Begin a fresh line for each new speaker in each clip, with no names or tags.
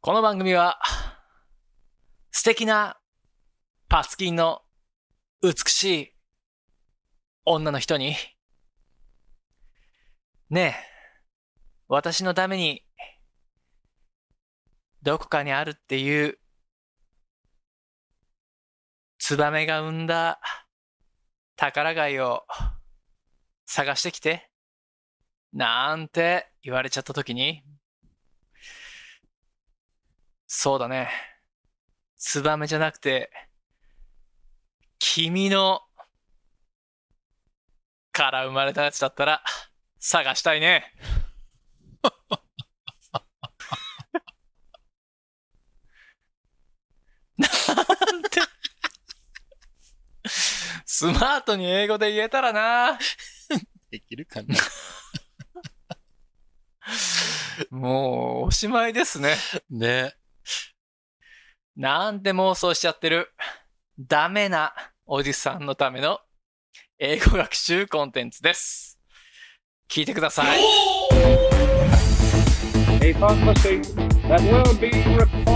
この番組は、素敵なパツキンの美しい女の人に、ねえ、私のために、どこかにあるっていう、ツバメが生んだ宝貝を探してきて、なんて言われちゃった時に、そうだね。ツバメじゃなくて、君の、から生まれたやつだったら、探したいね。なんて、スマートに英語で言えたらな。
できるかな
もう、おしまいですね。
ね。
なんて妄想しちゃってる。ダメなおじさんのための英語学習コンテンツです。聞いてください。
a conversation that will be recorded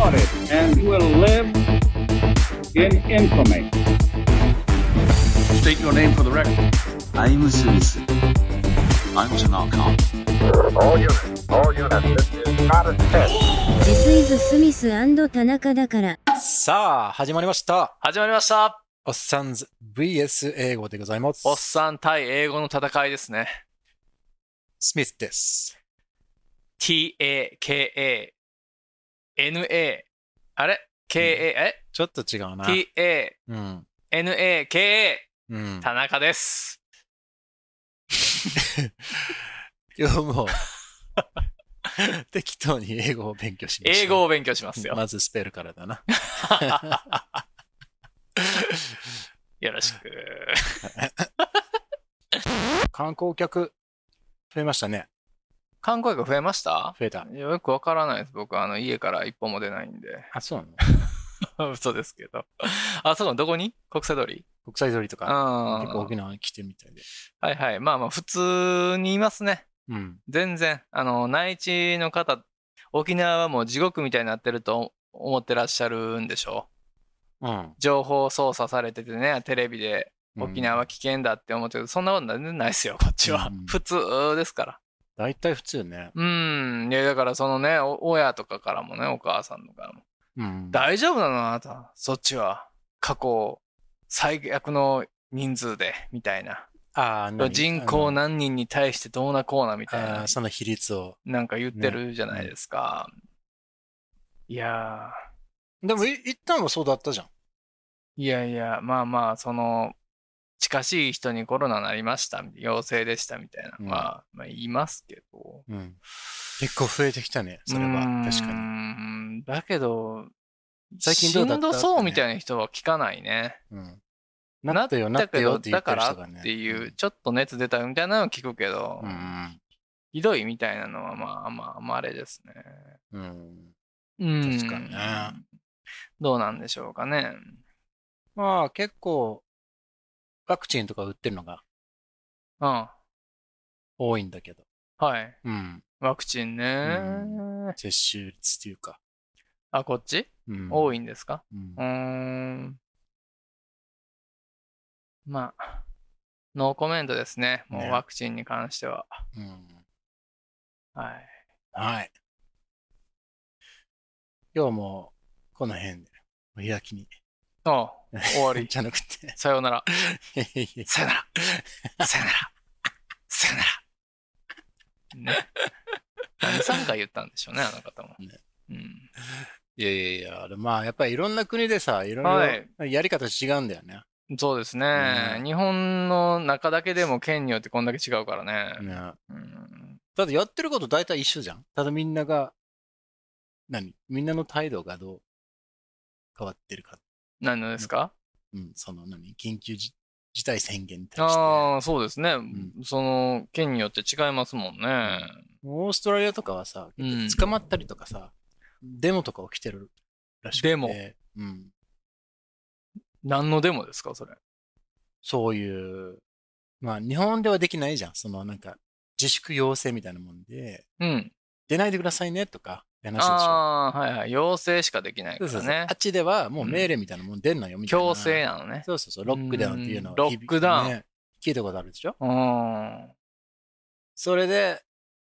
and will live in infamy. State your name for the record.
I'm Smith. I'm Tanaka.
All units, all units, this is not a test.
ジスイズ・スミス田中だから。
さあ、始まりました。
始まりました。
おっさんず VS 英語でございます。
おっさん対英語の戦いですね。
スミスです。
t-a-k-a n-a あれ ?k-a
ちょっと違うな。
え
うん。
?t-a-n-a-k-a
うん。
田中です。
今日も、 適当に英語を勉強しました。
英語を勉強しますよ。
まずスペルからだな。
よろしく。
観光客、増えましたね。
観光客増えました
増えた。
いやよくわからないです。僕、あの、家から一歩も出ないんで。
あ、そうなの
嘘ですけど。あ、そうなのどこに国際通り
国際通りとか、結構
あ
沖縄に来てるみたいで。
あ。はいはい。まあまあ、普通にいますね。
うん。
全然。あの、内地の方、沖縄はもう地獄みたいになってると思ってらっしゃるんでしょ
うん
う。。情報操作されててね、テレビで沖縄危険だって思ってる、そんなこと全然ないですよ、こっちは。
うん
普通ですから。
大体普通ね。
うん。いや、だからそのね、お親とかからもね、お母さんとからも。
うん。
大丈夫なのあなた、そっちは。過去、最悪の人数で、みたいな。
あー何
人口
あの
何人に対してどうなこうな、みたい
あ
な
ー、。その比率を。
なんか言ってるじゃないですか。いや
でも、い一旦はそうだったじゃん。
ー、いやいや、まあまあ、その、近しい人にコロナなりました、陽性でした、みたいなのは、まあ言いますけど。
うん。結構増えてきたね、それは。確かに。
に。だけど、
最近どうだ
し
っ
ん
た
どそうみ
い
たいな人は聞かないね。
うん。
な
な
っ
ったよ、な
だ
った
け
よ
ど、
って言
だ
って
か
る
ら
人がね。
っていう、ちょっと熱出たみたいなのは聞くけど、
うん。
ひどいみたいなのは、まあ、まあ、まあ、あれですね。
うん。
うん。
確かにね
どうなんでしょうかね。
まあ、結構、ワクチンとか打ってるのが
うん。は
多いんだけど。
い。
うん。
ワクチンね。
接種率っていうか。
あ、こっち、
うん。
多
い。
いんですか
うん
うー。ん。まあ、ノーコメントですね。もう
ね
ワクチンに関しては。
うん
はい。
はい。今日も、この辺で、お開きに。
あ終わ り。
じゃなくて。
さようなら。
いやいや
さよなら。さよなら。さよなら。ね。何3回言ったんでしょうね、あの方も。
ね
うん、
いやいやいや、あれまあ、やっぱりいろんな国でさ、いろいろやり方違うんだよね。
そうですね、
うん
日本の中だけでも県によってこんだけ違うからね。
ね
うん
だってやってること大体一緒じゃん。ただみんなが、何みんなの態度がどう変わってるか。
何のですか、
うん、その何緊急事事態宣言に対して。
ああ、そうですね、
ん
その県によって違いますもんね。
オーストラリアとかはさ、
うん
捕まったりとかさ、デモとか起きてるらしくて。
デモ
うん。
何のデモですか、それ。
そういう、まあ日本ではできないじゃん。そのなんか自粛要請みたいなもんで、
うん。
出ないでくださいねとか、て話でしょ。
ああ、はいはい。要請しかできない
そ
か
うそう
ら
そうあ
ね
っ。ちではもう命令みたいなもん出んのよみたいな。
強制なのね。
そうそうそう、ロックダウンっていうの
う
を
んロックダウン
ね聞いたことあるでしょ
うん。
それで、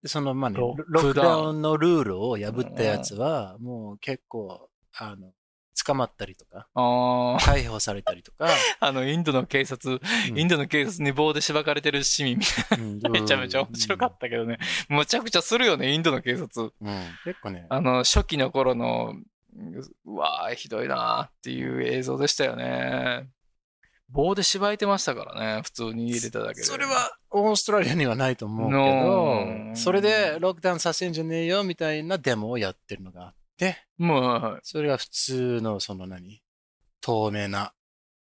そのまあね、ロ
ロッ
ロック
クダウン
ダウンのルールを破ったやつは、もう結構、あの、捕まったりと か、
あー
逮捕されたりとか、
あの、インドの警察、
うん
インドの警察に棒でしばかれてる市民みたい
うん
な、 めちゃめちゃ面白かったけどね。むちゃくちゃするよね、インドの警察。
うん結構ね、
あの、初期の頃の、うわー、ひどいなーっていう映像でしたよね。棒で縛いてましたからね、普通に入れただけで。
それはオーストラリアにはないと思うけ
う
ど、
ん
それでロックダウンさせんじゃねえよみたいなデモをやってるのがあって、
もう、
それが普通のその何、透明な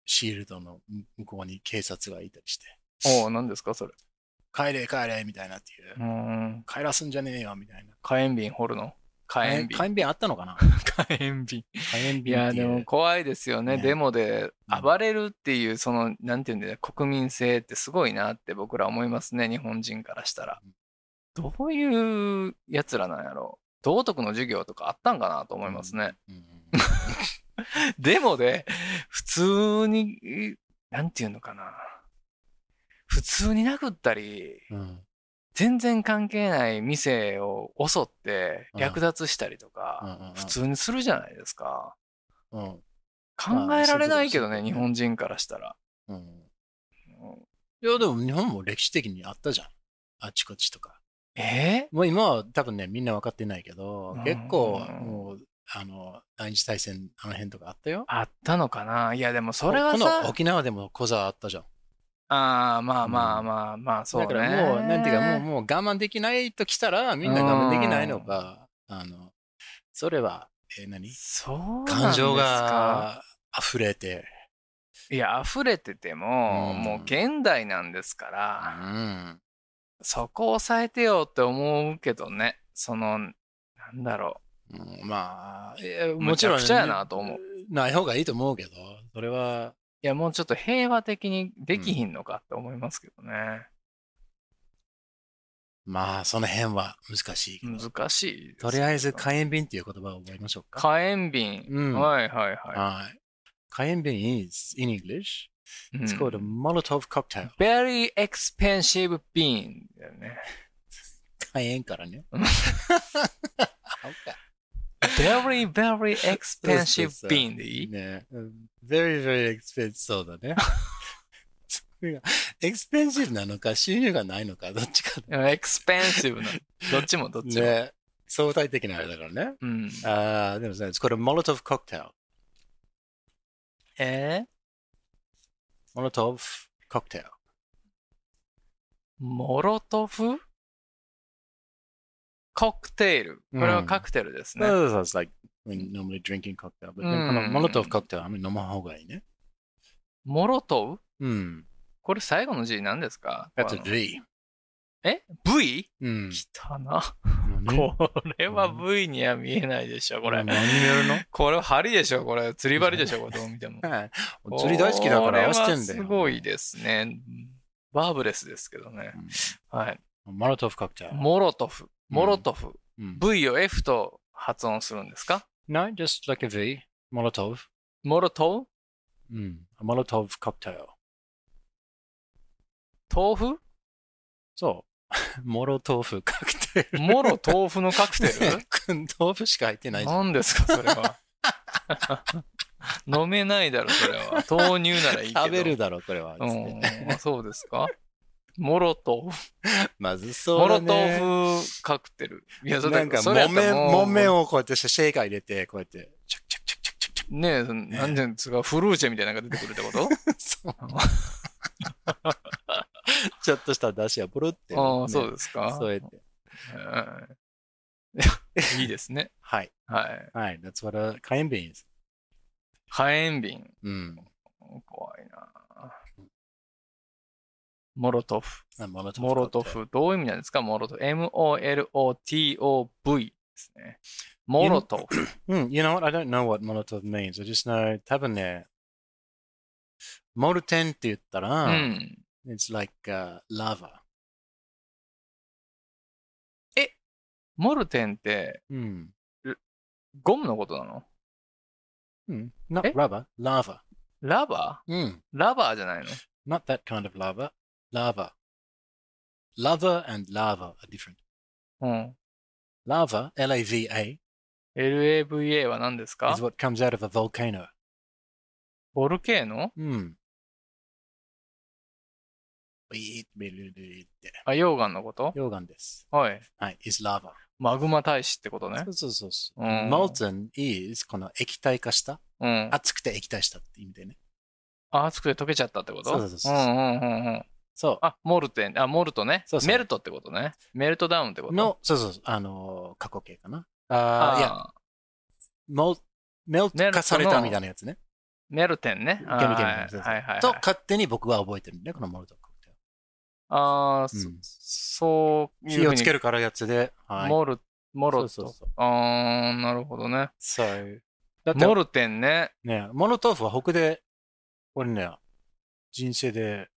シールドの向こうに警察がいたりして、
おう、何ですか、それ。
帰れ帰れみたいなっていう
う、ん。
帰らすんじゃねえよみたいな。
火炎瓶掘るの火炎瓶。
火炎瓶あったのかな
火炎瓶。
火炎瓶っ
い
ていう。
や、でも怖いですよね。
ね
デモで
うん
暴れるっていう、その、なんていうんだよ、国民性ってすごいなって僕ら思いますね、日本人からしたら。どういうやつらなんやろう。道徳の授業とかあったんかなと思いますね。
うん。
デモで、普通に、なんていうのかな。普通に殴ったり、
うんうん
全然関係ない店を襲って
うん
略奪したりと
う
か、
んうん
普通にするじゃないですか。
うん
考
まあ
えられないけど
そうい
ね、
うことですよね
日本人からしたら。
うんいや、でも日本も歴史的にあったじゃん。あちこちとか。
え
もう今は多分ね、みんな分かってないけど
う、ん
結構、もう、あの、第二次大戦、あの辺とかあったよ。
あったのかないやでもそれは
ここの
さ
沖縄でも小沢あったじゃん。
ああまあまあまあまあそう
だ
ね
からもう、なんていうか、もう、もう我慢できないときたら、みんな我慢できないのか、あの、それは、えー何
そうなんですか
感情が溢れて、
いや溢れてても、
うん
もう現代なんですから、
うん。
そこを抑えてよって思うけどねそのなんだろ
うんまあ、え
う
もちろん、
むちゃくちゃやなと思う
ない方がいいと思うけど、それは、
いやもうちょっと平和的にできひんのかって思いますけどね、
まあ、その辺は難しいけど。
難しいです
とりあえず火炎瓶っていう言葉を覚えましょうか。
火炎瓶、
うん
はいはいは
はい。火炎瓶 is in English.
い、うん
It's called a Molotov cocktail.
Very expensive bean だよね
火炎からね。
very, very
そう
expensive
そうそう
bean でいい
ね。very, very expensive. そうだ ね。それが、expensive なのか、収入がないのか、どっちかだ。
?expensive な。どっちもどっちも。
ね。相対的なあれだからね。
うん、
ああ、でもさ、これ Molotov cocktail。
え
Molotov cocktail。
ー、モロトフコクテール。これはカクテルですね。
そうそうそう、like when normally drinking
う
cocktail. But
ん
でもこの Molotov cocktail あんまり飲まん方がいいね。
モロトウ
うん。
これ最後の字何ですか
That's a V。
え ?V?
うん。
きたな。
もう
こ
ね
れは V には見えないでしょ、これ。
何見えるの
これは針でしょ、これ。釣り針でしょ、これどう見ても。
はい釣り大好きだから合わせてん
こ
だよ。
れはすごい。ですね。バーブレスですけどね。はい。
マロトフカクテル。
モロトフ。モロトフ。
うん、
V を F と発音するんですか
No, just like a V. モロトフ。
モロト
うん。モロトフカクテル。
ウ豆腐
そう。モロトフカクテ ル。
モロ豆腐のカクテ ル
豆腐しか入ってないじゃん。
何ですかそれ は。飲めないだろ、それは。豆乳ならいいけど。
食べるだろ、これは。つ
う
って
ん。あそうですかモロ豆腐。
まずそ
モ
うだ
ロ
ね。
豆腐カクテル。いや、それ
なんか、
それや
も
った
め、
ら
もめをこうやってシェイカー入れて、こう やって、チャクチャクチャクチャクチャクチャ
ねえ、なんでですかフルーチェみたいなのが出てくるって こと
ク。そう。ちょっとした出汁がブルって、
ああ、そう
で
ですか。
そうやっ て。
うんいいですね。
はい。
はい。
はい。That's what a 火炎瓶 is.
火炎瓶。
うん。
怖いなぁモロトフ。
あモロトフ。
モロト。フ。どういう意味なんですかモロトフ。M-O-L-O-T-O-V ですね。モロトフ。
うん。You know what? I don't know what Molotov means. I just know, 多分ね、モルテンって言ったら、
うん。
It's like、uh, lava.
モルテンって
うん。
ゴムのことなの
うん。not
え
rubber, lava.
ラバ
うん。
ーラバーじゃないの
not that kind of lava. Lava. Lover and lava are different.
うん。
Lava, L-A-V-A,
LAVA は何ですか
is what comes out of a volcano.
ボルケーノ
Hmm. We eat, we eat, we eat.
あ、溶岩のこと
溶岩です。
はい。
はい、is lava.
マグマ大使ってことね
そ。うそうそうそう。
うん
molten is この液体化した。
うん。
熱くて液体したって意味でね。
あ、熱くて溶けちゃったってこと
そうそうそうそうん
うんうんうん。
そ
あ、モルテン、あ、モルトね。
そうそう
メルトってことね。メルトダウンってこ
う。
と。
の、そうそうそう、あのー、過去形かな。
あ
ああ、いや、
あ、
モメルト化され
メルト
た
の
みたいなやつね。
メルテンね。あー
ゲームゲーム
はい
そうそう
はいはい。
と、勝手に僕は覚えてるんだよ、このモルト化。
ああ、そ
うん
そういう
火
ふう
を
に。
つけるからやつで。はい。
モル、モロ
そうそう
ト
そ。
ああ、なるほどね。
そう。だって
モ、ルテンね。
ね、モロトーフは北で、俺ね、人生で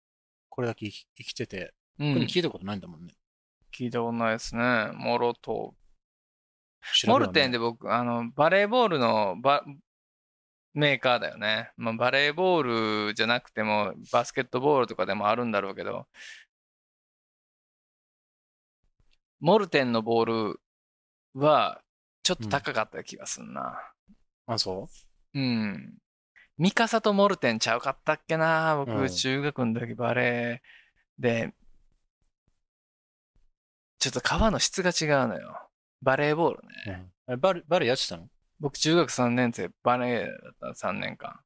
これだけ生き生きてて、
う
特
ん
に。聞いたことないんだもんね。
聞いたことないですね。モロト。
調べ
モ
はね
ルテンで僕、あの、バレーボールのバメーカーだよね。まあ、バレーボールじゃなくても、バスケットボールとかでもあるんだろうけど、モルテンのボールは、ちょっと高かった気がするな。
あ、そ
うん。ミカサとモルテンちゃうかったっけな僕、
うん
中学の時バレーで、ちょっと革の質が違うのよ。バレーボールね。
う、えバレバレエやってたの
僕、中学3年生、バレーだった3年間。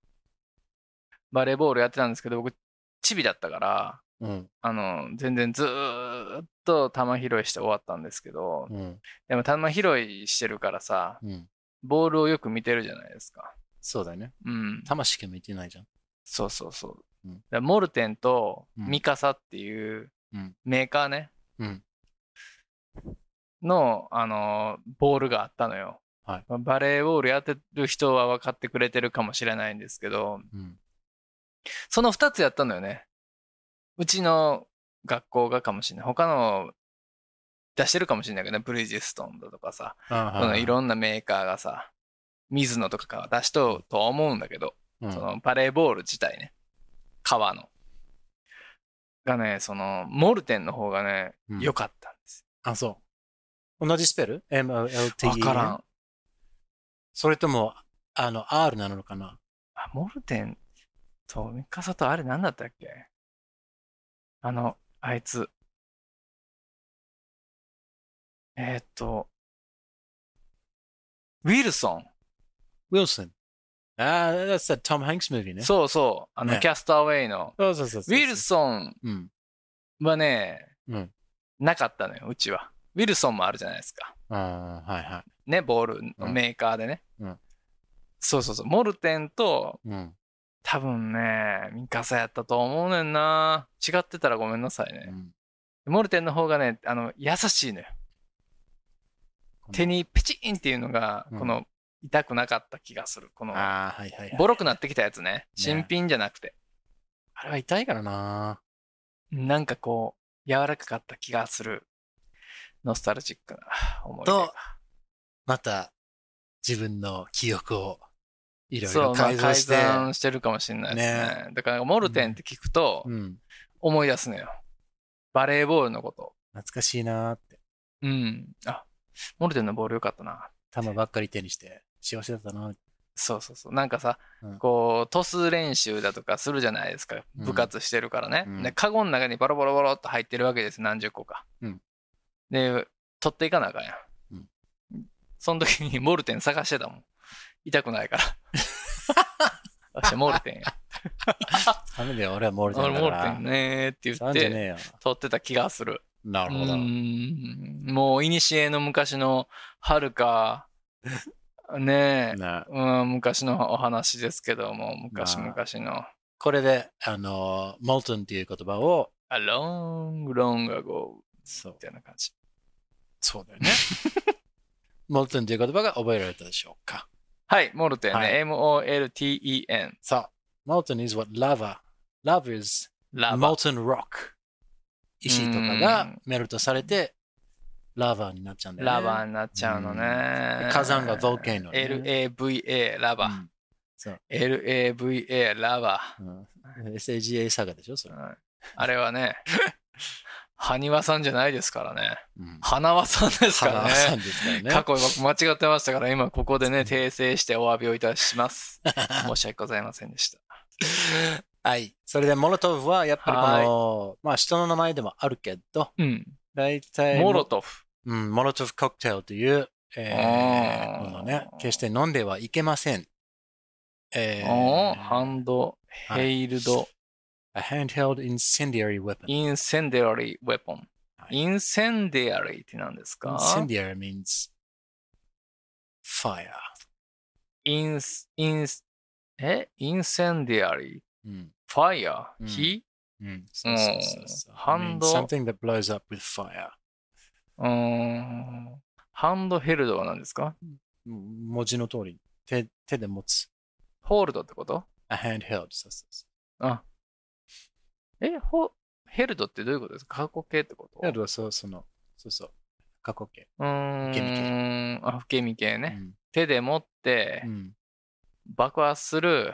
バレーボールやってたんですけど、僕、チビだったから、
うん。
あの、全然ずーっと球拾いして終わったんですけど、
うん。
でも球拾いしてるからさ、
うん。
ボールをよく見てるじゃないですか。
そうだよね。
うん。
魂しか見てないじゃん。
そうそうそう。
うん
だからモルテンと
うん
ミカサっていう
うん
メーカーね、
うん
の、あのーボールがあったのよ。
はい
まあバレーボールやってる人は分かってくれてるかもしれないんですけど、
うん。
その2つやったのよね。うちの学校がかもしれない。他の出してるかもしれないけどね、ブリヂストンだとかさ、
あ
そのい。ろんなメーカーがさ、水野とかが出しとうとは思うんだけど、
うん
そのバレーボール自体ね、革の。がね、その、モルテンの方がね
うん、
良かったんです
あ、そう。同じスペル ?M-O-L-T-E
よ。。わからん。。
それとも、あの、R なのかな
あ、モルテンとミカサとあれ何だったっけあの、あいつ。えーっと、ウィルソ
?Wilson。ああ、that's that Tom Hanks movie
ン。
ね。
そうそう。あの、
ね
キャスターウェイの。
そうそうそう
ウ
そう。
ィルソン
うん。
はね、
うん
なかったのよ、うちは。ウィルソンもあるじゃないですか。
ああ、はいは
ね、ボールのメーカーでね。
うん
そうそうそう。モルテンと、
い。うん。
多分ね、ミカサやったと思うねんな。違ってたらごめんなさいね。
うん
モルテンの方がね、あの、優しいのよ。手にペチンっていうのが、
うん
この、痛くなかった気がする。この、
ああ、はいはいはい。
ボロくなってきたやつね。新品じゃなくて。
あれは痛いからな。
なんかこう、柔らかかった気がする。ノスタルジックな思い出
と
が。
また、自分の記憶を、いろい
そ
ろ
う、まあ
改造して。
改ざんしてるかもしれないですね。だから、モルテンって聞くと、
うん。
思い出すのよ。バレーボールのこと。
懐かしいなーって。
うん。あ、モルテンのボールよかったな。
球ばっかり手にして、幸せだったな。
そうそうそう。なんかさ、
うん
こう、トス練習だとかするじゃないですか。
うん
部活してるからね。
うん
で、カゴの中にバロバロバロっと入ってるわけです。何十個か。
うん
で、取っていかなあかんやん。
うん
その時にモルテン探してたもん。痛く ないから。私、モルテンや。
ダメだよ、俺はモルテンだ
俺、
から。
モルテンねーって
そ
言っ
うなんじゃ
て、
ねえよ。
取ってた気がする。
な
う
るほど。
ん。もう、いにしえの昔の、はる か、ねえ、
な
うん、昔のお話ですけども、昔
ま
々の。
これで、あのー、モルテンっていう言葉を、
A long, long ago
そう
み、たいな感じ。
そうだ よね。モルテンっていう言葉が覚えられたでしょうか。
はい、モルテンね。
はい
M-O-L-T-E-N。
そう。モルテン is what lava. Lava is
ラバ。
molten rock. 石とかがメルトされて、ラバーになっちゃうんだよね。
ラバーになっちゃうのね。
火山がボーケーノね
LAVA、ラバー。
うんそう
LAVA、ラバー。
うん SAGA サガでしょ、それ。
うんあれはね、 埴輪さんじゃないですからね。
うん
花輪さんですから
花さん
ね。
ですからね。
過去間違ってましたから、今ここでね、訂正してお詫びをいたし ます。申し訳ございませんでした。
はい。それで、モロトフは、やっぱりこの、まあ、人の名前でもあるけど、
うん。
大体、
モロトフ。
うん、モロトフコクテルという、え
あ
ー、
ー
ものね、決して飲んではいけません。えー、
おーハンド、ヘイルド、
A handheld incendiary weapon.
インセンデアリーウェポン。
はい
インセンデアリーって何ですか
incendiary means fire.
インス、インス、えインセンデアリー、
うん。
ファイヤ
う
ー、
ん
火
うん。そうそうそうそう。
ハンド
I mean, something that blows up with fire.
うーん。ハンドヘルドは何ですか
うん文字の通り、手手で持つ。
ホールドってこと
A handheld. そうそうそ
え、ホ、ヘルドってどういうことですか過去形ってこと
う。handheld はそう、その、そうそう。過去形。
うーん。
受け身
あ、受け身系ね。
うん
手で持って
うん。
爆発する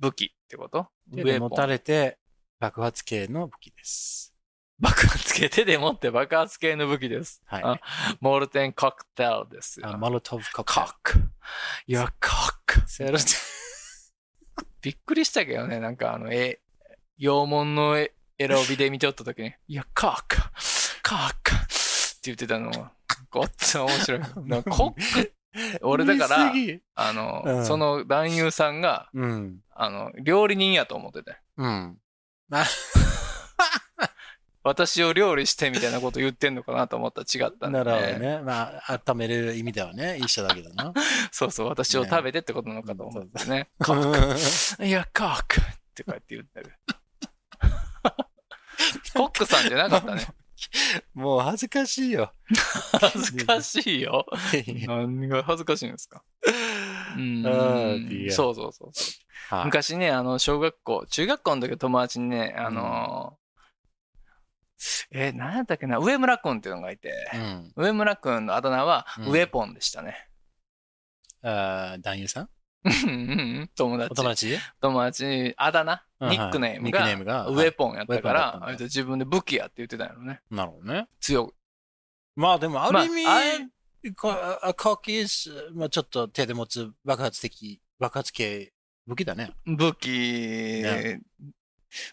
武器ってこと
手で
ウェポン
持たれて爆発系の武器です。
爆発系、手で持って爆発系の武器です。
はい
あモルテンコクテルですよ。
あマロトフカ
コック。いや、コック。
セロテ
びっくりしたけどね、なんかあの、え、洋門のエエロビで見ておった時に、いや、コック、コックって言ってたのは、ごっつ面白 い。 なんかコック、俺だから、あの、
うん
その男優さんが、
うん。
あの、料理人やと思ってて。
うん。
私を料理してみたいなこと言ってんのかなと思ったら違ったんで、
なるほどね。まあ、温める意味ではね、一緒だけどな。
そうそう、私を食べてってことなのかと思ってね。
カッ
いや、コックってこうやって言ってる。 コックさんじゃなかったね。
もう恥ずかしいよ。
恥ずかしいよ。
は
何が恥ずかしいんですかうん
あーディア
そうそうそうそう。
い
昔ね、あの、小学校、中学校の時の友達にね、あのー、え、何やったっけな、上村くんっていうのがいて、
うん
上村くんのあだ名は、
うん
ウェポンでしたね。
あー男優さん
うんうん友
お
達
友。達
友達にあだ名、
うん
ニックネーム
はいニックネーム
が
が
ウェポンやったか
はいウェポンだったん
ら、
だ
あいつ自分で武器やって言ってたんやろね。
なるほどね。
強く。
まあでも、あ
まあ
る意味、
あれ
こあコーキーまあちょっと手で持つ爆発的、爆発系武器だね。
武器
ね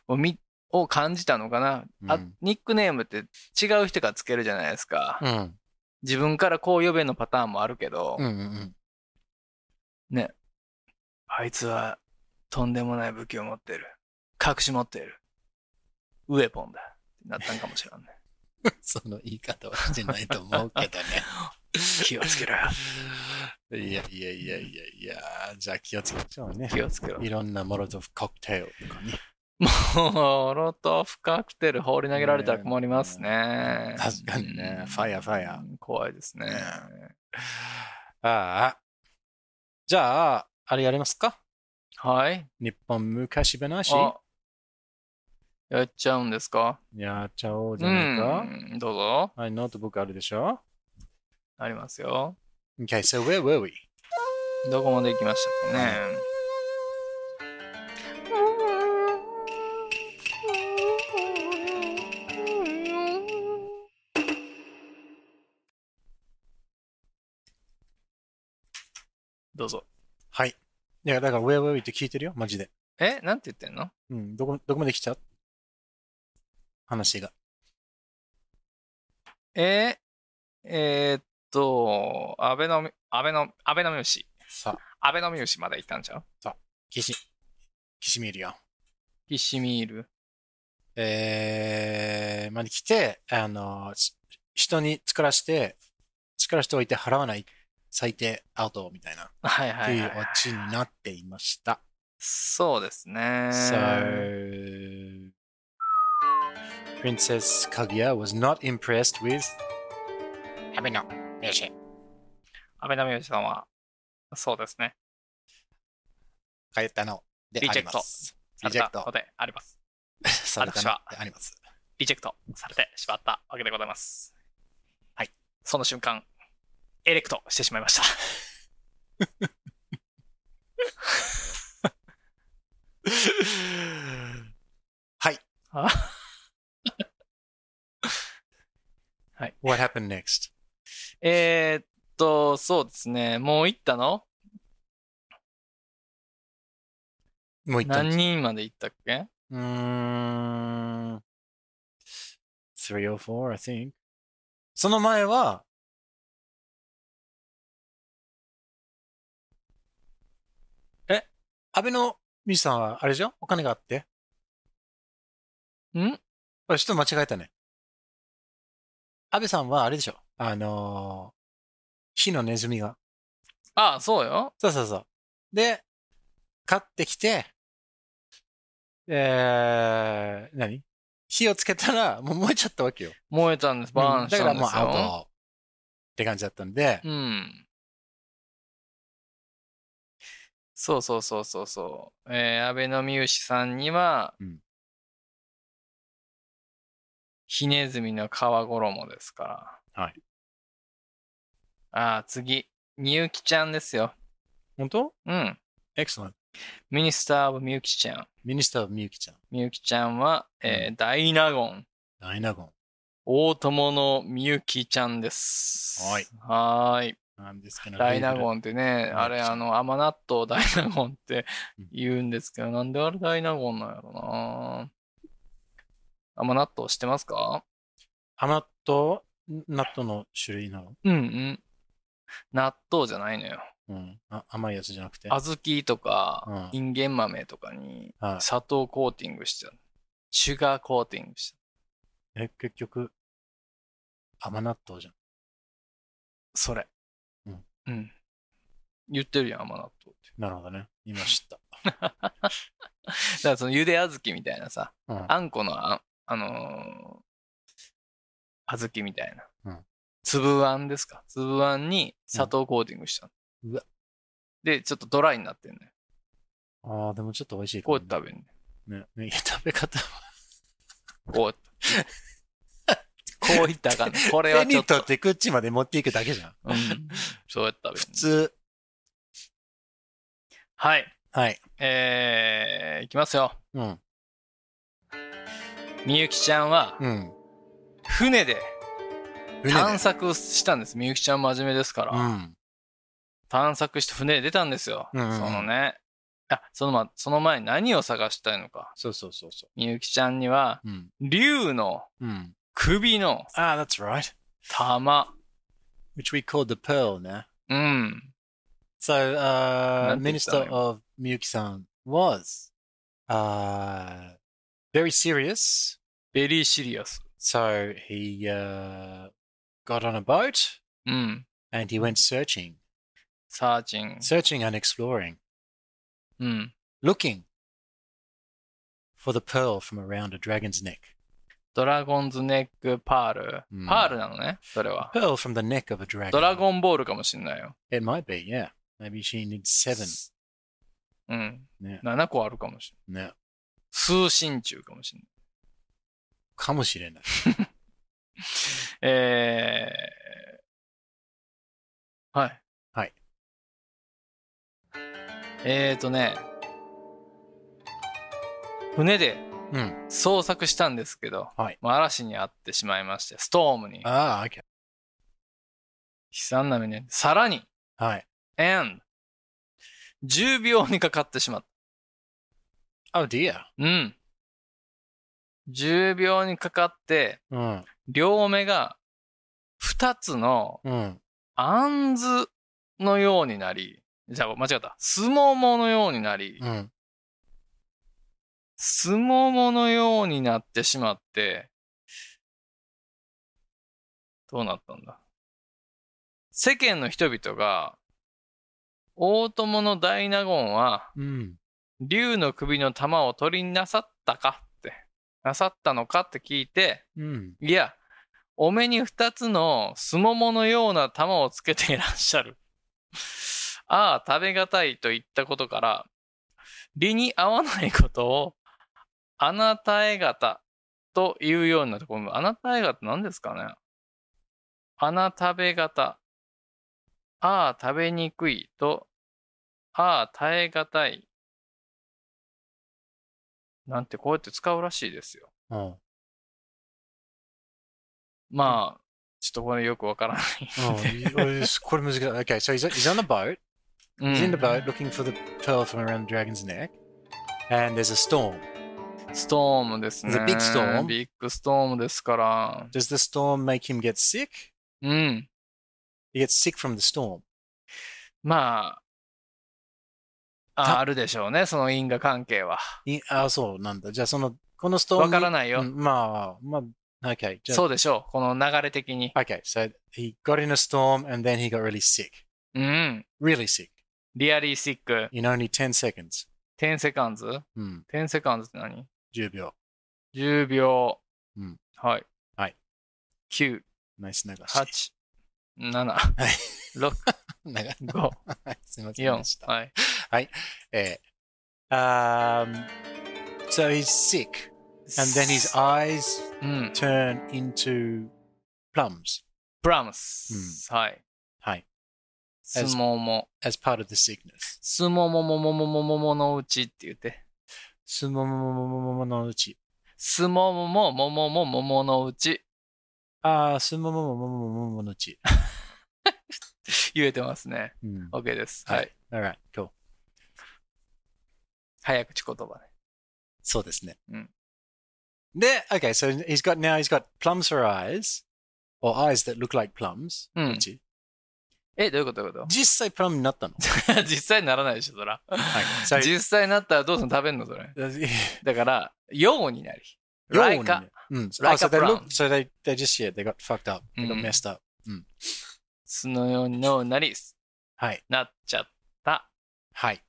をみを感じたのかな、あ
うん
ニックネームって違う人がつけるじゃないですか、
うん。
自分からこう呼べのパターンもあるけど、
うんうんうん。
あいつはとんでもない武器を持ってる隠し持っているウェポンだってなったんかもし れんね
その言い方はしてないと思う けどね。
気をつけろよ
いやいやいやいやいや、じゃあ気をつけましょうね。
気をつけろ
いろんなモロトフコクテルとかね。
もうロトフカクテル放り投げられたら困りますね
ね確かにね
うん
ファイヤーファイヤー
うん怖いですね
ねああ。じゃあ、あれやりますか
はい
日本昔話
あやっちゃうんですか
やっちゃおうじゃないか。
うん、どうぞ。
はい、ノートブックあるでしょ
ありますよ。
?Okay, so where were we?
どこまで行きましたっけね。どうぞ。
はい。いや、だから where were we って聞いてるよ、マジで。
え、なんて言ってんの
うん、どこ、どこまで来ちゃう話が。
えーえーっと、アベノミ、アベノ、アベノミウシ。
さあ、
アベノミウシまで行ったんじゃん
キシ、キシミールよ。
キッシュミール。
えー、まで来て、あの、し人に作らして、作らしておいて払わない最低アウトみたいな、
はいは
と
い、
いう
は
オ
い。
チになっていました。
そうですね。
So, Um, Princess Kaguya was not impressed with
アベノミウシさんは、そうですね。
カエタので
リ
あ
ジェ
り
ク
ま
ト
す。
さ
リ
れ
ジェ
た
クト
のであります。
されたの
私は
であります。
リジェクトされてしまったわけでございます。
はい。
その瞬間、エレクトしてしまいました。
はい。
あはい。
What happened next?
えー、っと、そうですね。もう行ったの
もう一旦
何。人まで行ったっけ
うーん。three or four, I think. その前は、え、安倍のミュさんは、あれじゃんお金があって。
ん
あれ、ちょっと間違えたね。安倍さんは、あれでしょあのー火のネズミが。
ああ、そうよ。
そうそうそう。で、買ってきて、えー、何火をつけたら、もう燃えちゃったわけよ。
燃えたんです。バーンし
だか
た
ら
んで
もう
す
アウ
よ。
トって感じだったんで、
うん。そうそうそうそうそう。えー、安倍の美牛さんには、
うん
ひねずみの皮衣ですから。
はい。
ああ、次。みゆきちゃんですよ。
本当
うん。
エクセレント。
ミニスター・オブ・みゆきちゃん。
ミニスター・ミユキちゃん。
みゆきちゃんは、えー大納言。
ダイナゴン。
大友のみゆきちゃんです。
はい。
はーい。
I'm just gonna
ダイナ
leave
ゴンってね、あれ、あの、甘納豆ダイナゴンって言うんですけど、なんであれダイナゴンなんやろな甘納豆知ってますか
it. 甘と納豆の種類なの
うんうん。納豆じゃないのよ。
うん。あ甘いやつじゃなくて。
小豆とか、
う
インゲン豆とかに
はい
砂糖コーティングしてシュガーコーティングして
え結局、甘納豆じゃん。
それ。
うん。
うん。言ってるやん、甘納豆って。
なるほどね。今知った。
だからそのゆで小豆みたいなさ、
うん
あんこのあ、あのー小豆みたいな、
うん
粒あんですか粒あんに砂糖コーティングしたの、
うんうわ
でちょっとドライになってんね
ああ、でもちょっと美味しいか
こう
も
やっ
ね
て食べんね
ね、ね食べ方
こうやって こういったらあ かんねこれは
手
ちょ
に
っと、
取って口まで持っていくだけじゃん。
うんそうやって食べる、
普通。
はい
はい。
えー、いきますよ
うん。
みゆきちゃんは
うん。
船で
船で
探索したんですみゆきちゃん真面目ですから、
うん。
探索して船で出たんですよ。
うんうんうん
そのね。あ、そのま、その前に何を探したいのか。
そうそうそうそ
みゆきちゃんには、
う。うん。
竜の
うん。
首の
ああ、that's right.
玉。
Which we call the pearl ね。
うん。
So, uh,
なんて言ったの
Minister
よ
of Miyuki-san was, uh, very serious.
ベリーシリアス。
So he, uh, got on a boat
うん。
and he went searching,
サーチン。
searching and exploring,
うん。
looking for the pearl from around a dragon's neck.
ドラゴンズネックパール。
うん
パールなのね。それは。
Pearl from the neck of a dragon.
ドラゴンボールかもしんないよ。
It might be, yeah. Maybe she needs seven.
うん。
ね
7個あるかもしんない。
No.
通信中かもしんない。
かもしれない。
えー。はい。
はい。
えーとね、船で
うん。
捜索したんですけど、
はい
まあ嵐に遭ってしまいまして、ストームに、悲
ああ、OK。
惨な目に遭って、さらに、
はい。
and、10秒にかかってしまっ
Oh dear.
た。うん。10秒にかかって、
うん。
両目が2つの
うん。
あんずのようになり、じゃあ間違った。すもものようになり、
うん。
すもものようになってしまって、どうなったんだ世間の人々が、大友の大納言は、
うん。
竜の首の玉を取りなさったかって、なさったのかって聞いて、
うん。
いや、お目に二つのすもものような玉をつけていらっしゃる。 ああ、食べがたいと言ったことから、理に合わないことを、あなたえ方というようなところ、あなたえ方何ですかね穴食べ型。ああ、食べにくいと、ああ、耐え難い。なんてこうやって使うらしいですよ。
うん。うん
まあ、ちょっとこれよくわからない。
oh, これ難しい。Okay, so he's, he's on a boat.
う
He's in
ん
the boat looking for the pearl from around the dragon's neck. And there's a storm.
ストームですね。
The big storm.
ビッグストームですから。
Does the storm make him get sick?
うん。
He gets sick from the storm.
まあ、あ
た
あるでしょうね、その因果関係は。
いあ、そうなんだ。じゃあ、その、このストーンに。
わからないよ。
うんまあ、まあ、okay. じゃあ
そうでしょう、この流れ的に。
Okay, so he got in a storm and then he got really sick.
うん。
Really sick.
リアリーシック、
In only 10 seconds.
10セカンズ
うん、
?10 セカンズって何
10秒。
?10 秒。
うん
はい。
はい。
9、
ナイス流し。
8、7、
はい
6、
流し。
5、
すいませんでし
4。
た。
はい。
ええ。Um, so he's sick and then his eyes
うん。
turn into plums
ブラムス。はい。
はい。
相撲も。
as part of the sickness.
相撲ももももももものうちって言って。
すももももももものうち。
相撲ももももももものうち。
ああ、すももももももものうち。
言えてますね。
うん。
OK です。はい。。
Alright, cool.
早口言葉ね。
そうですね。
うん
で、okay, so he's got now he's got plums for eyes, or eyes that look like plums.
うん
こっち
え、どういうことどういう こ
実際プラムになったの。
と実際にならないでしょ、そら。
はい。So,
実際になったらどうすんの食べんのそれ。
よ
だから、ようになり。
う
ラ
に
イカ
ね。うん。
Like
Ah, so
a
they
plum.
look, so they, they just, yeah, they got fucked up. They
う
got
ん
messed up.
そのようにのうになり、
はい。
なっちゃった。
はい。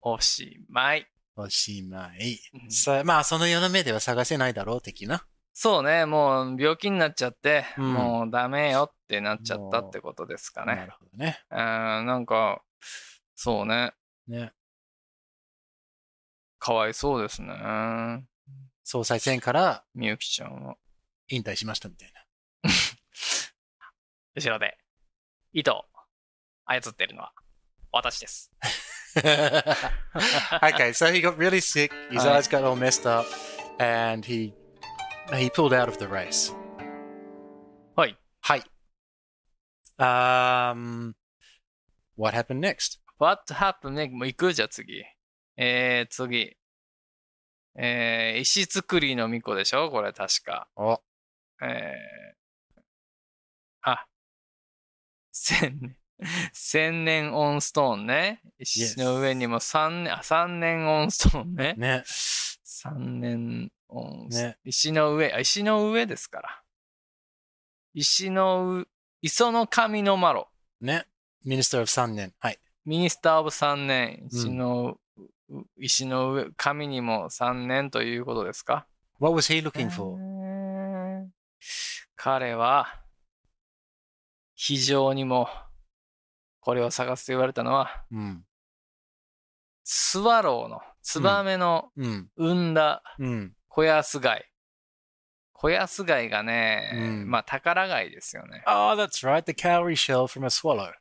おしまい。
おしまい。
うん
さまあ、その世の目では探せないだろう、的な。
そうね、もう病気になっちゃって、
うん
もうダメよってなっちゃったってことですか
な
ね
る。ほどね。
うん、なんか、そうね、
ね。
かわいそうですね。
総裁選から
みゆきちゃんは。
引退しましたみたいな。
後ろで、糸を操ってるのは私です。
okay, so he got really sick. His
Aye.
eyes got all messed up, and he he pulled out of the race.
はい。
Hi. Um, what happened next?
What happened next? もう行くじゃあ次。えー、次。えー、石造りの巫女でしょこれ確か。
お
えー、あ、千年。千年オンストーンね。石の上にも三年、あ、三年オンストーンね。
ね。
三年オンス、
ね
石の上、あ、石の上ですから。石のう、磯の神のマロ。
ね。Minister of 3年。はい。
ミニスター・オブ3年、
うん
石の,、石の上、神にも3年ということですか
What was he looking for?
えー彼は、非常にも、これを探すと言われたのは、
うん。
スワローの、ツバメの
うん。
産んだ
うん。
小安貝。小安貝がね、
うん
まあ宝貝ですよね。
Oh, that's right. The cowrie shell from a swallow.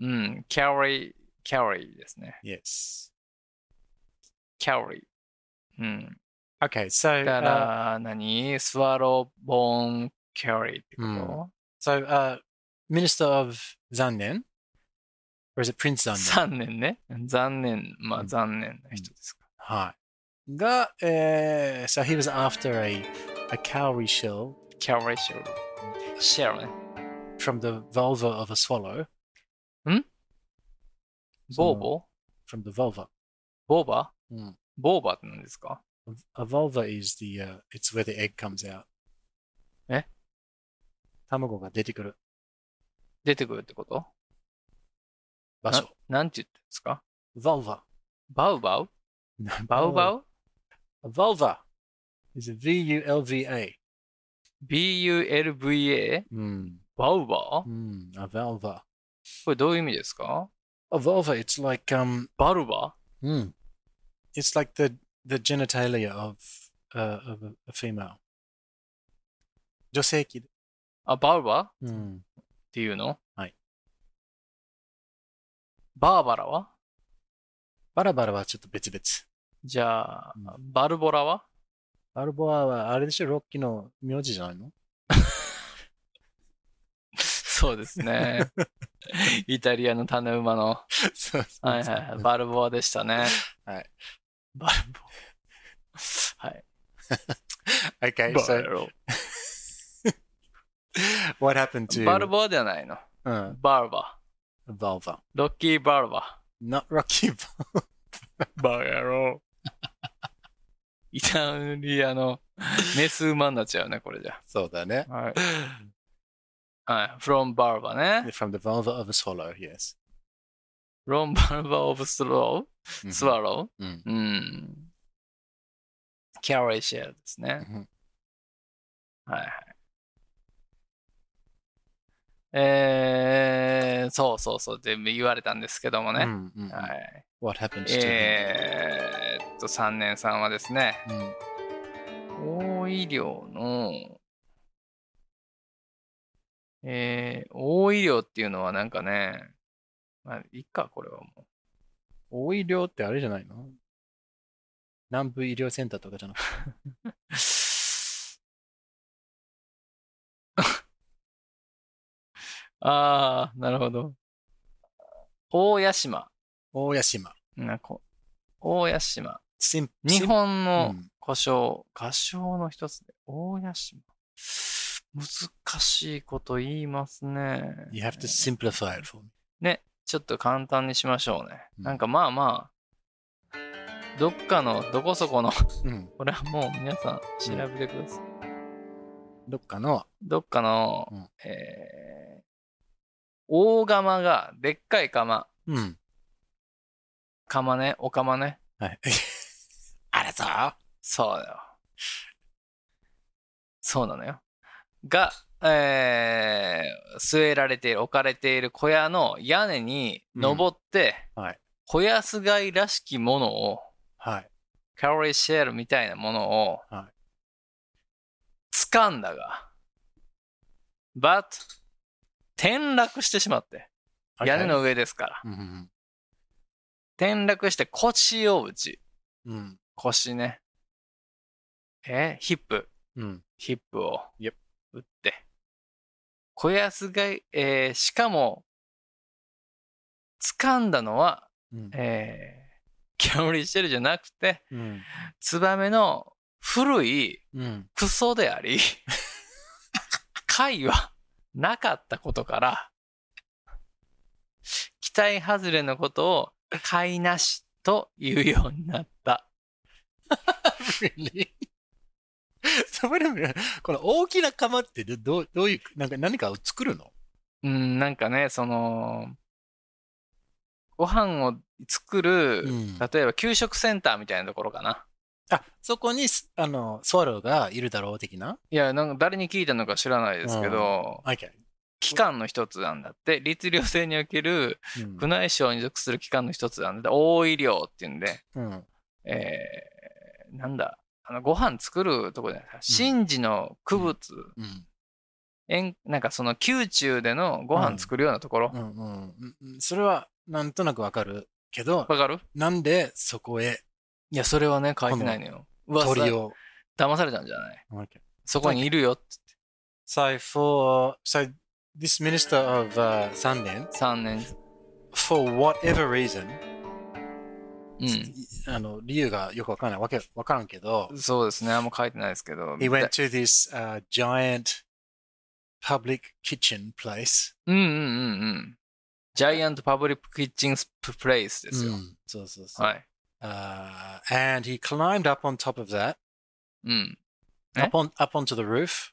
うん、キャロリー、キャロリーですね。
Yes.
キャロリー。うん。
Okay, so
だか
uh,
ら何、スワローボーンキャリーってこ
so uh, Minister of 3年 or is it Prince
と
3年
?3 年ね。残念。ま
う
あ
ん
残念な人ですか。
はい。が、えー、so uh, he was after a, a cowrie shell
キャリーシェル。シェルね。
from the vulva of a swallow. Hmm? そ
ボ
の
ーボ
From the vulva.
ボーバ
うん
ボーバって何ですか
A vulva is the, uh, it's where the egg comes out.
え
卵が出てくる
出てくるってこと
場所。
ななんて言ってんですか
vulva.
バウバウバウバウ
A vulva is a V-U-L-V-A.
?BULVA?
うん。
バウバー
うん。A vulva.
これどういう意味ですか
A vulva, it's like, um,
バルバ
mm. it's like the, the genitalia of, uh, of a, a female. 女性器
あ、バーバーっ
うん。
ていうの
はい。
バーバラは
バラバラはちょっと別々。
じゃあ
うん、
バルボラは
バルボアはあれでしょ、ロッキーの名字じゃない の
そうですね。 イタリアの種馬の。は
そうそうそう
いはいはい。バルボアでしたね。
はい。
バルボア。はい。
Okay,
バ
so
ルボ
what happened to uh,
バルボアではないの。
うん、
バルバ。
Valva?
ロッキーバルバ。
Not Rocky Val-
バカ野郎。イタリアの メス馬になっちゃうね、これじゃ。
そうだね。
はい。はい。from バルバね。
eh? From the vulva of a swallow, yes.
from バルバ of slow?
Mm-hmm.
スワロー
うん
うん。キャリーシェアです
う
ね。
ん
はいはい。えー、そうそうそうって言われたんですけども
うんう
ね。
んうん
はい。
Mm-hmm. What happened to him? Mm.
えーっと、3年さんはですね、
うん
大医療の、えー、大医療っていうのはなんかね、まあ、いっか、これはもう。
大医療ってあれじゃないの南部医療センターとかじゃなくて。
ああ、なるほど。大屋島。
大屋島。
なこ大屋島。
シン
日本
う
の
ん
故障、歌唱の一つで、大屋島。難しいこと言いますね。
You have to simplify it for me.
ね、ちょっと簡単にしましょうね。
うん
なんかまあまあ、どっかの、どこそこの、
うん。
これはもう皆さん調べてください。
どっかの、
どっかの、
うん
えー大釜が、でっかい釜、
うん。
釜ね、お釜ね。
はい。あれさ
そうだよ。そうなのよ。が、えー据えられている、置かれている小屋の屋根に登って、
うんはい
小屋すがいらしきものを、
はい。
カロリーシェルみたいなものを、
は
掴んだが、but 転落してしまって。屋根の上ですから。
うんうん
転落して腰を打ち、
うん。うん。
腰ね。えヒップ、
うん。
ヒップを
Yep.
打って。小安が、えーしかも、掴んだのは、
うん
えーキャロリーシェルじゃなくて、
うん。
ツバメの古い
うん。
クソであり、貝はなかったことから、期待外れのことを貝なしと言うようになった。
really? それでもこの大きな釜ってどどうどういう、なんか何かを作るの
うん、なんかね、その、ご飯を作る、
うん
例えば給食センターみたいなところかな。
あ、そこにす、あの、ソワローがいるだろう的ない
や、なんか誰に聞いたのか知らないですけど、
?Okay.
機関の一つなんだって、律令制における
うん
宮内省に属する機関の一つなんだって、大医療っていうんで、
うん。
えーなんだ、あのご飯作るとこじゃないですか。神事の区物、
うん。
えんなんかその宮中でのご飯作るようなところ、
う
わ、
んうんうんうん。それは、なんとなくわかるけど、
かる
なんでそこへ
いや、それはね、書いてないのよ。噂
鳥を。
騙されたんじゃない
Okay.
そこにいるよって
So for, so this minister of、uh, 3年、
3年。
for whatever reason,
う
あの、理由がよくわからないわけ、わからんけど、
ん。そうですね、あんま書いてないですけど。
He went to this uh, giant public kitchen place.
うんうんうんうん。ジャイアントパブリックキッチンスプレイスですよ。
そうそうそう
はい。
Uh, and he climbed up on top of that,
うん。え
up, on, up onto the roof.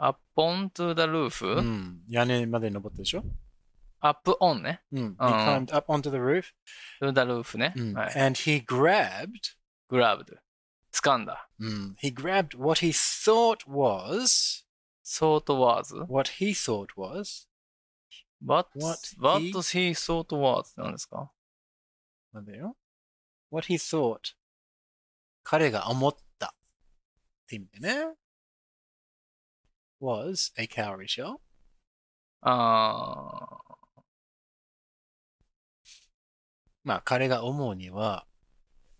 Hmm.
up onto the roof?、
うん屋根まで登ったでしょ、
up on ね。
うん、He Hmm.
あー
climbed up onto the roof、
to the roof ね。
うん
はい。
and he grabbed, hmm,
grabbed。掴んだ。
he grabbed what he thought was,
ソートワーズ
what he thought was,
?What,
What
what
he-
he thought was なんですか
なんだよ what he thought, 彼が思ったって意味だよね。 was a cow でしょ
ああ、
まあ、彼が思うには、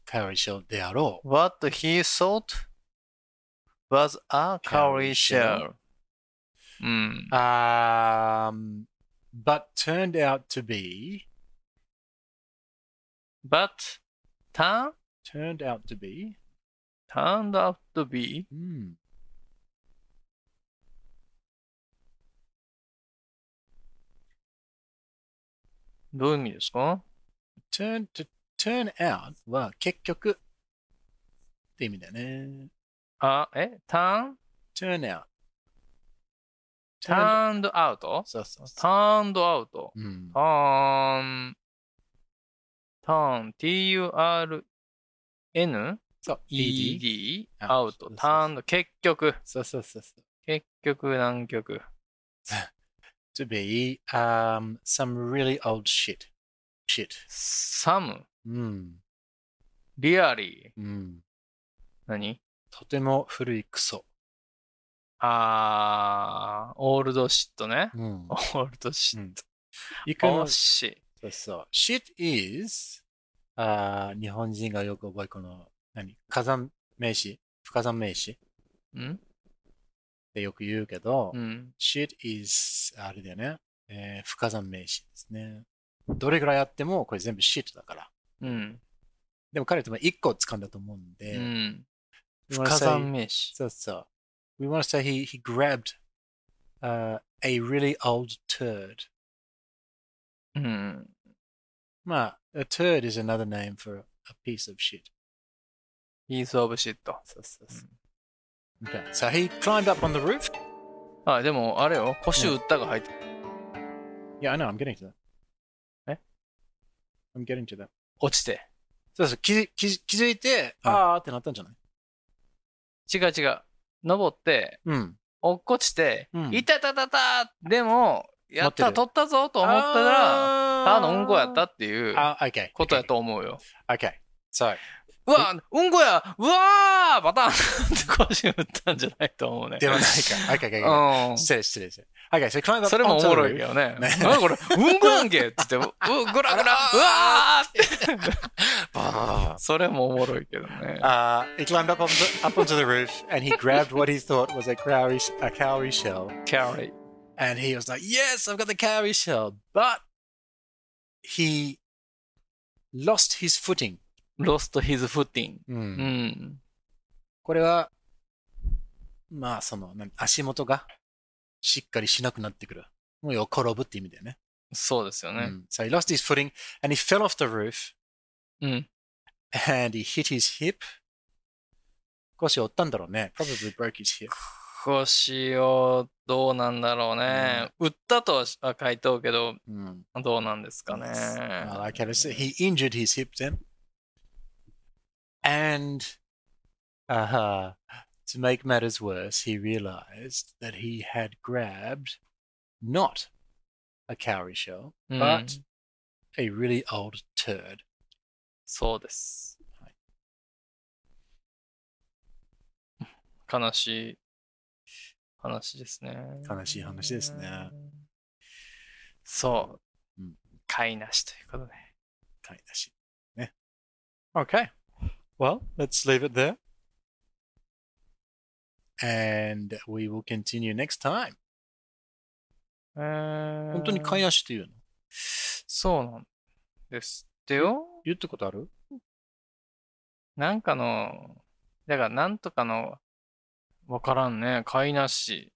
cowrie shell であろう。
What he thought was a cowrie
Cowrie shell.
shell. うん。
Um, but turned out to be,
But turn,
turned out to be,
turned out to be
うん。
どういう意味ですか
turn to turn out は結局って意味だね。
あ、え ?turn?
turn out。out
turned out?
そうそうそ
turned out.
う。うん。
turn, turn, t-u-r-n?
そう、ed。
ed,
あ
out,
そうそうそう
turned, 結局、
そうそうそうそう。
結局、南極。
to be um, some really old shit. Shit.
some,
うん。
really,
うん。
何
とても古いクソ。
あー、オールドシットね。
うん
オ。ールドシッ
行く
ト。お
の
っし。
そうそう。shit is あー日本人がよく覚えるこの、何火山名詞不火山名詞っ
ん
てよく言うけど、
うん。
shit is あれだよね、えー不火山名詞ですね。どれぐらいあってもこれ全部 shit だから。
うん。
でも彼とも1個掴んだと思うん
う
で、
ん。
We
不
wanna
可
say-
算名詞。
そうそう。We want to say he, he grabbed、uh, a really old turd.
うん。
まあ、a turd is another name for a piece of shit.
piece of shit.
そうそうそう。Okay. So he climbed up on the roof.
あ、でも、あれよ。腰打ったが入って
Yeah, I know. I'm getting to that.
え
I'm getting to that.
落ちて。
そうそう。気づ気づ気づいて、
うん
あーってなったんじゃない
違う違う。登って、
うん。
落っこちて、
うん
いたたたたでも、やっ
持ってる
た、取ったぞ
Oh.
と思ったら、ただのうんこやったっていう
あー、OK。
ことや。と思うよ。
OK。So,
うわ、うんこやうわーパターンって腰打ったんじゃないと思うね。
出はない か。OK、OK, OK.
うん。
失礼、失礼。失礼 OK, so he climbed up
Oh. それもお
onto the
もろ
roof.
いけどね。
ね
なんこれ、うんこやんけっつって、う、うぐらぐら、うわーって。それもおもろいけどね。
Uh, he climbed up, on the, up onto the roof and he grabbed what he thought was a cowrie, a cowrie shell.
キャリー。
And he was like, Yes, I've got the cowrie shell. But he lost his footing.
lost his footing.
うん
うん。
これは、まあ、その、なん足元がしっかりしなくなってくる。もう横転ぶって意味だよね。
そうですよ
う
ね。
ん Hmm. So he lost his footing and he fell off the roof
うん。
and he hit his hip. 腰折ったんだろうね。Probably broke his hip.
腰をどうなんだろうね。打ったとは書いておうけど、
うん
どうなんですか
Well,
ね。
okay, let's see. He injured his hip then. And uh, to make matters worse, he realized that he had grabbed not a cowrie shell,
うん
but a really old turd.
そうです。悲しい話ですね。
悲しい話ですね。
そう
うん。
飼いなしということで。
Kind of shit. Yeah. Okay. Well, let's leave it there. And we will continue next time.
Uh.
本当に飼い足っていうの
そうなんですってよ。
言ったことある
なんかの、だからなんとかの、わからんね。買いなし。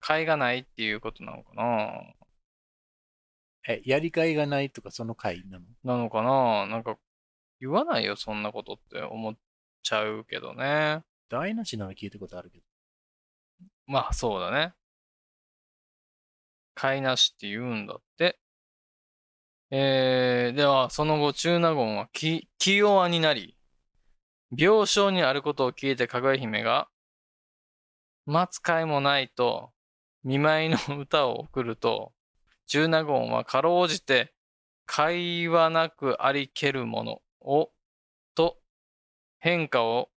買いがないっていうことなのかな
え、やりがいがないとかその回なの
なのかななんか、言わないよ、そんなことって思っちゃうけどね。
台無しなら聞いたことあるけど。
まあ、そうだね。買いなしって言うんだって。えー、では、その後、中納言はき、気弱になり、病床にあることを聞いてかぐや姫が、待つ甲斐もないと、見舞いの歌を送ると、中納言はかろうじて、会話なくありけるものを、と、変化を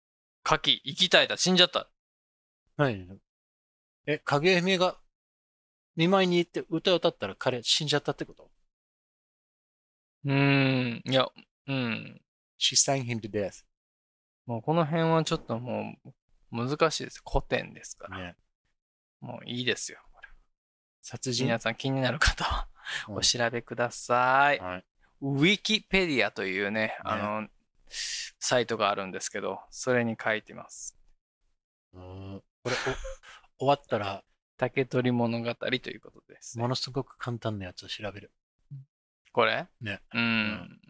書き、生き絶えた、死んじゃった。
何え、影姫が見舞いに行って歌を歌ったら彼死んじゃったってこと
うーん、いや、うん。
?She sang him to death.
もうこの辺はちょっともう難しいです。古典ですから。
ね、
もういいですよ。
殺人
皆さん気になる方は
うん
お調べください。
はい。
ウィキペディアというね、あの、サイトがあるんですけど、それに書いてます。
うんこれお 終わったら、
竹取物語ということですね、
ものすごく簡単なやつを調べる。
これ
ね。
うん。
ん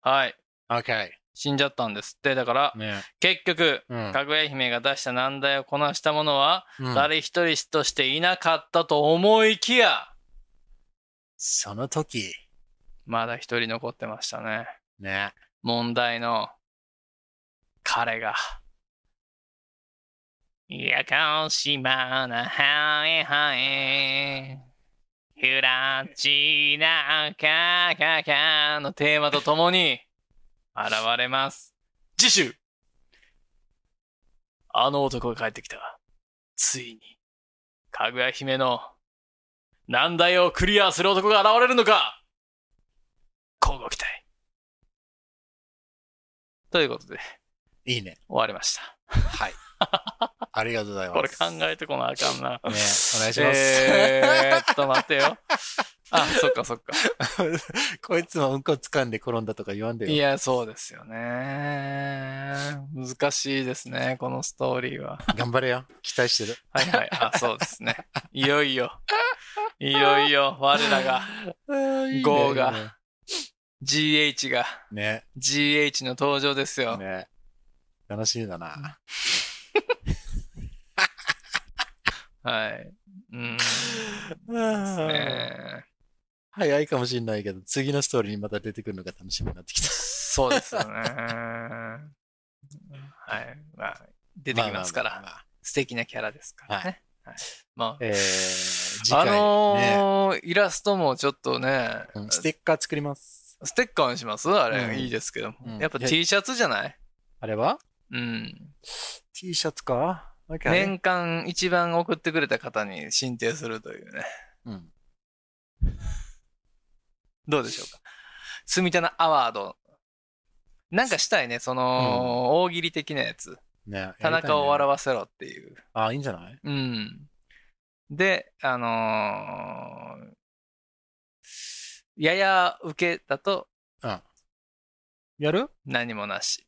はい。
Okay.
死んじゃったんですって。だから、
ね。
結局、
うん
かぐや姫が出した難題をこなした者は、
うん
誰一人としていなかったと思いきや、
その時、
まだ一人残ってましたね。
ね。
問題の彼が。いやかしまなはいはい。ひらちなかかかのテーマとともに現れます。次週あの男が帰ってきた。ついに、かぐや姫の難題をクリアする男が現れるのか交互期待。ということで、
いいね。
終わりました。
はい。ありがとうございます。
これ考えてこなあかんな。
ねお願いします。
えーっと、待ってよ。あ、そっかそっか。
こいつもうんこ掴んで転んだとか言わんでよ。
いや、そうですよね。難しいですね、このストーリーは。
頑張れよ。期待してる。
はいはい。あ、そうですね。いよいよ。いよいよ、我らが、
いいね
ゴーが、GH が、
ね。
GH の登場ですよ。
ね。楽しみだな。
はい。うん。ですね。
早いかもしれないけど、次のストーリーにまた出てくるのが楽しみになってきた。
そうですよね。はい。まあ、出てきますから。
あああ
素敵なキャラですからね。はいまあ、
えー、次
あ
回、ね
のーイラストもちょっとね、
うんステッカー作ります。
ステッカーにしますあれ、
うん
いいですけども、
うん
やっぱ
いや
T シャツじゃない
あれは
うん。
?T シャツか ?OK。
年間一番送ってくれた方に進呈するというね。
うん。
どうでしょうか。住田のアワード。なんかしたいね、その、大喜利的なやつ。
ねやりた
田
いね
中を笑わせろっていう。
あ、いいんじゃない
うん。で、あのーやや受けだと
やる
何もなし。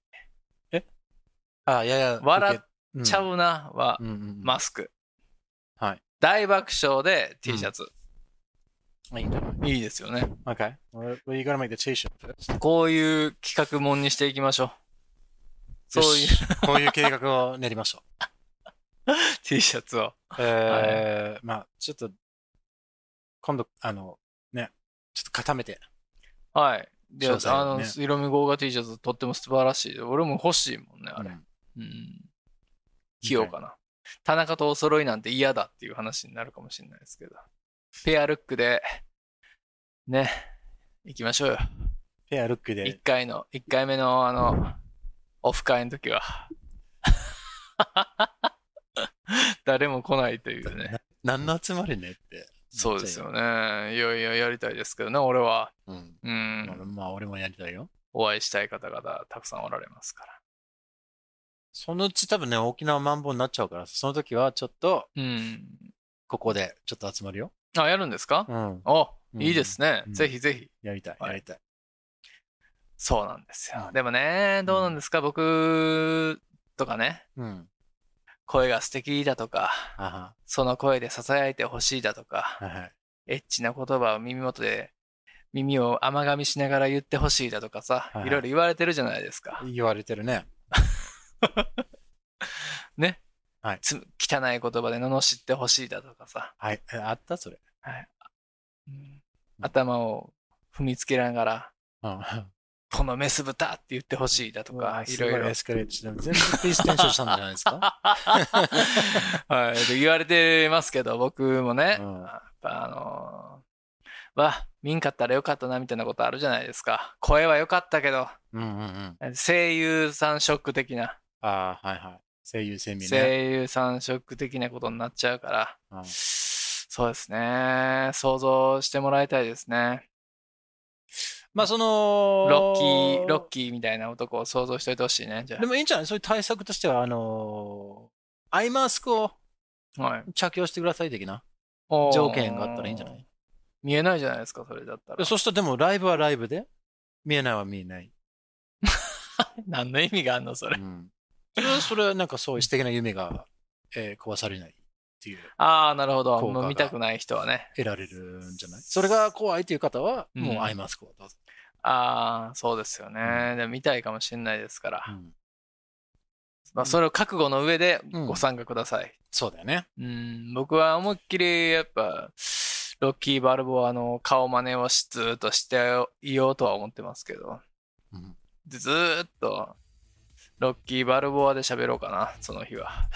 あ、いやいや。
笑
っ
ちゃ。うなは
うんうんうん。
マスク。
はい。
大爆笑で T シャツ。
あ、いいんじゃない
いいですよね。
?Okay. Well, you gotta make the T-shirt first.
こういう企画もんにしていきましょう。そういう
こういう計画を練りましょ
T シャツを。
う。えー、まあ、ちょっと、今度、あの、ね、ちょっと固めて。
はい。で、
詳細
あ
を
の
ね、
色味豪華 T シャツとっても素晴らしい。俺も欲しいもんね、あれ。
う
うんん。着ようかな。田中とお揃いなんて嫌だっていう話になるかもしれないですけど。ペアルックで、ね、行きましょうよ。
ペアルック
一
で、
回の、一回目のあの、オフ会の時は。 誰も来ないというね。
何の集まりねって。
そうですよね。いやいや、やりたいですけどね、俺は。
うん。
う
まあ
ん。
まあ、俺もやりたいよ。
お会いしたい方々、たくさんおられますから。
そのうち多分ね、沖縄マンボウになっちゃうから、その時はちょっと、
うん。
ここでちょっと集まるよ。
あ、やるんですか、
うん。
お
うん
いいですね、
うん
ぜひぜひ。
やりたい、
はい
やりたい。
そうなんですよ。
うん
でもね、どうなんですか、僕とかね、
うん。
声が素敵だとか、
あ
その声で囁いてほしいだとか、
は、はいはい。
エッチな言葉を耳元で、耳を甘噛みしながら言ってほしいだとかさ、
はいはい
いろいろ言われてるじゃないですか。
言われてるね。
ね。
はい
つ汚い言葉で罵ってほしいだとかさ、
はい。えあったそれ。
うん頭を踏みつけながら、
うん。
このメス豚って言ってほしいだと
うわ
か、い
すご
ろいろ
エスカレートして全部ピーステンションしたんじゃないですか
はい、で言われてますけど、僕もね、
うん
やっぱあのーわあ、見んかったらよかったなみたいなことあるじゃないですか。声は良かったけど、
うんうんうん。
声優さんショック的な。
ああ、はいはい。声優セミね。
声優さんショック的なことになっちゃうから、
うん
そうですね想像してもらいたいですね
まあその、
ロッキーロッキーみたいな男を想像しておいてほしいねじゃ
でもいいんじゃないそういう対策としては、あのーアイマスクを
あ、はい、
着用してください的な
おー
条件があったらいいんじゃない
見えないじゃないですかそれだったら
そしたらでもライブはライブで、見えないは見えない。
何の意味があんのそれ
うん、それはそれはなんかそういう素敵な夢が、えー壊されないっていう、
ああなるほど
効果が
もう見たくない人はね
得られるんじゃないそれが怖いという方は、
うん
もうアイマスクをどうぞ。
ああそうですよね、でも見たいかもしれないですから、
うん
まあ、それを覚悟の上で
うん
ご参加ください、
そうだよね。
うん、僕は思いっきりやっぱロッキー・バルボアの顔真似をしずーっとしていようとは思ってますけど
うん
でずーっとロッキー・バルボアで喋ろうかなその日は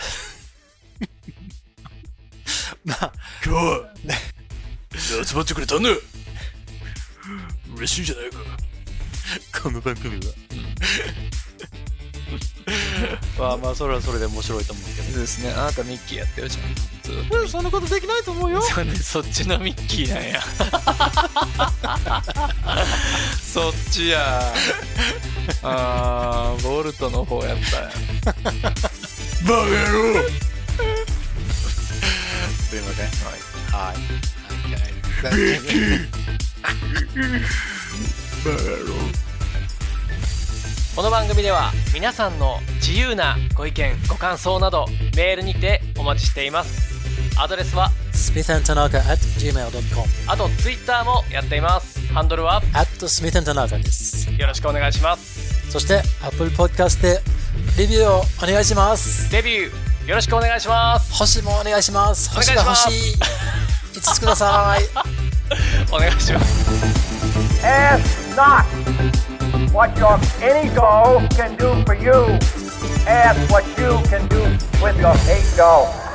まあ、
今日は集まってくれたんだ嬉しいじゃないか
この番組は。まあまあ、それはそれで面白いと思うけ
そうですねあなたミッキーやってるじゃんずーっと
ど。そんなことできないと思うよ。
そうねそっちのミッキーなん やそっちやあーボルトの方やったんや
バカ野郎
すいません。はい。はい。
この番組では皆さんの自由なご意見ご感想などメールにてお待ちしていますアドレスは
スミ n ン・タナカ at gmail.com
あとツイッターもやっていますハンドルは
at スミ n ン・タナカです。
よろしくお願いします
そして、Apple Podcast でレビューをお願いします。
デビューよろしくお願いします
星もお願いします。
願い
星
し
が
ます
欲しい。5つください。
お願いします
Ask not what your any doll can do for you. Ask what you can do with your eight doll.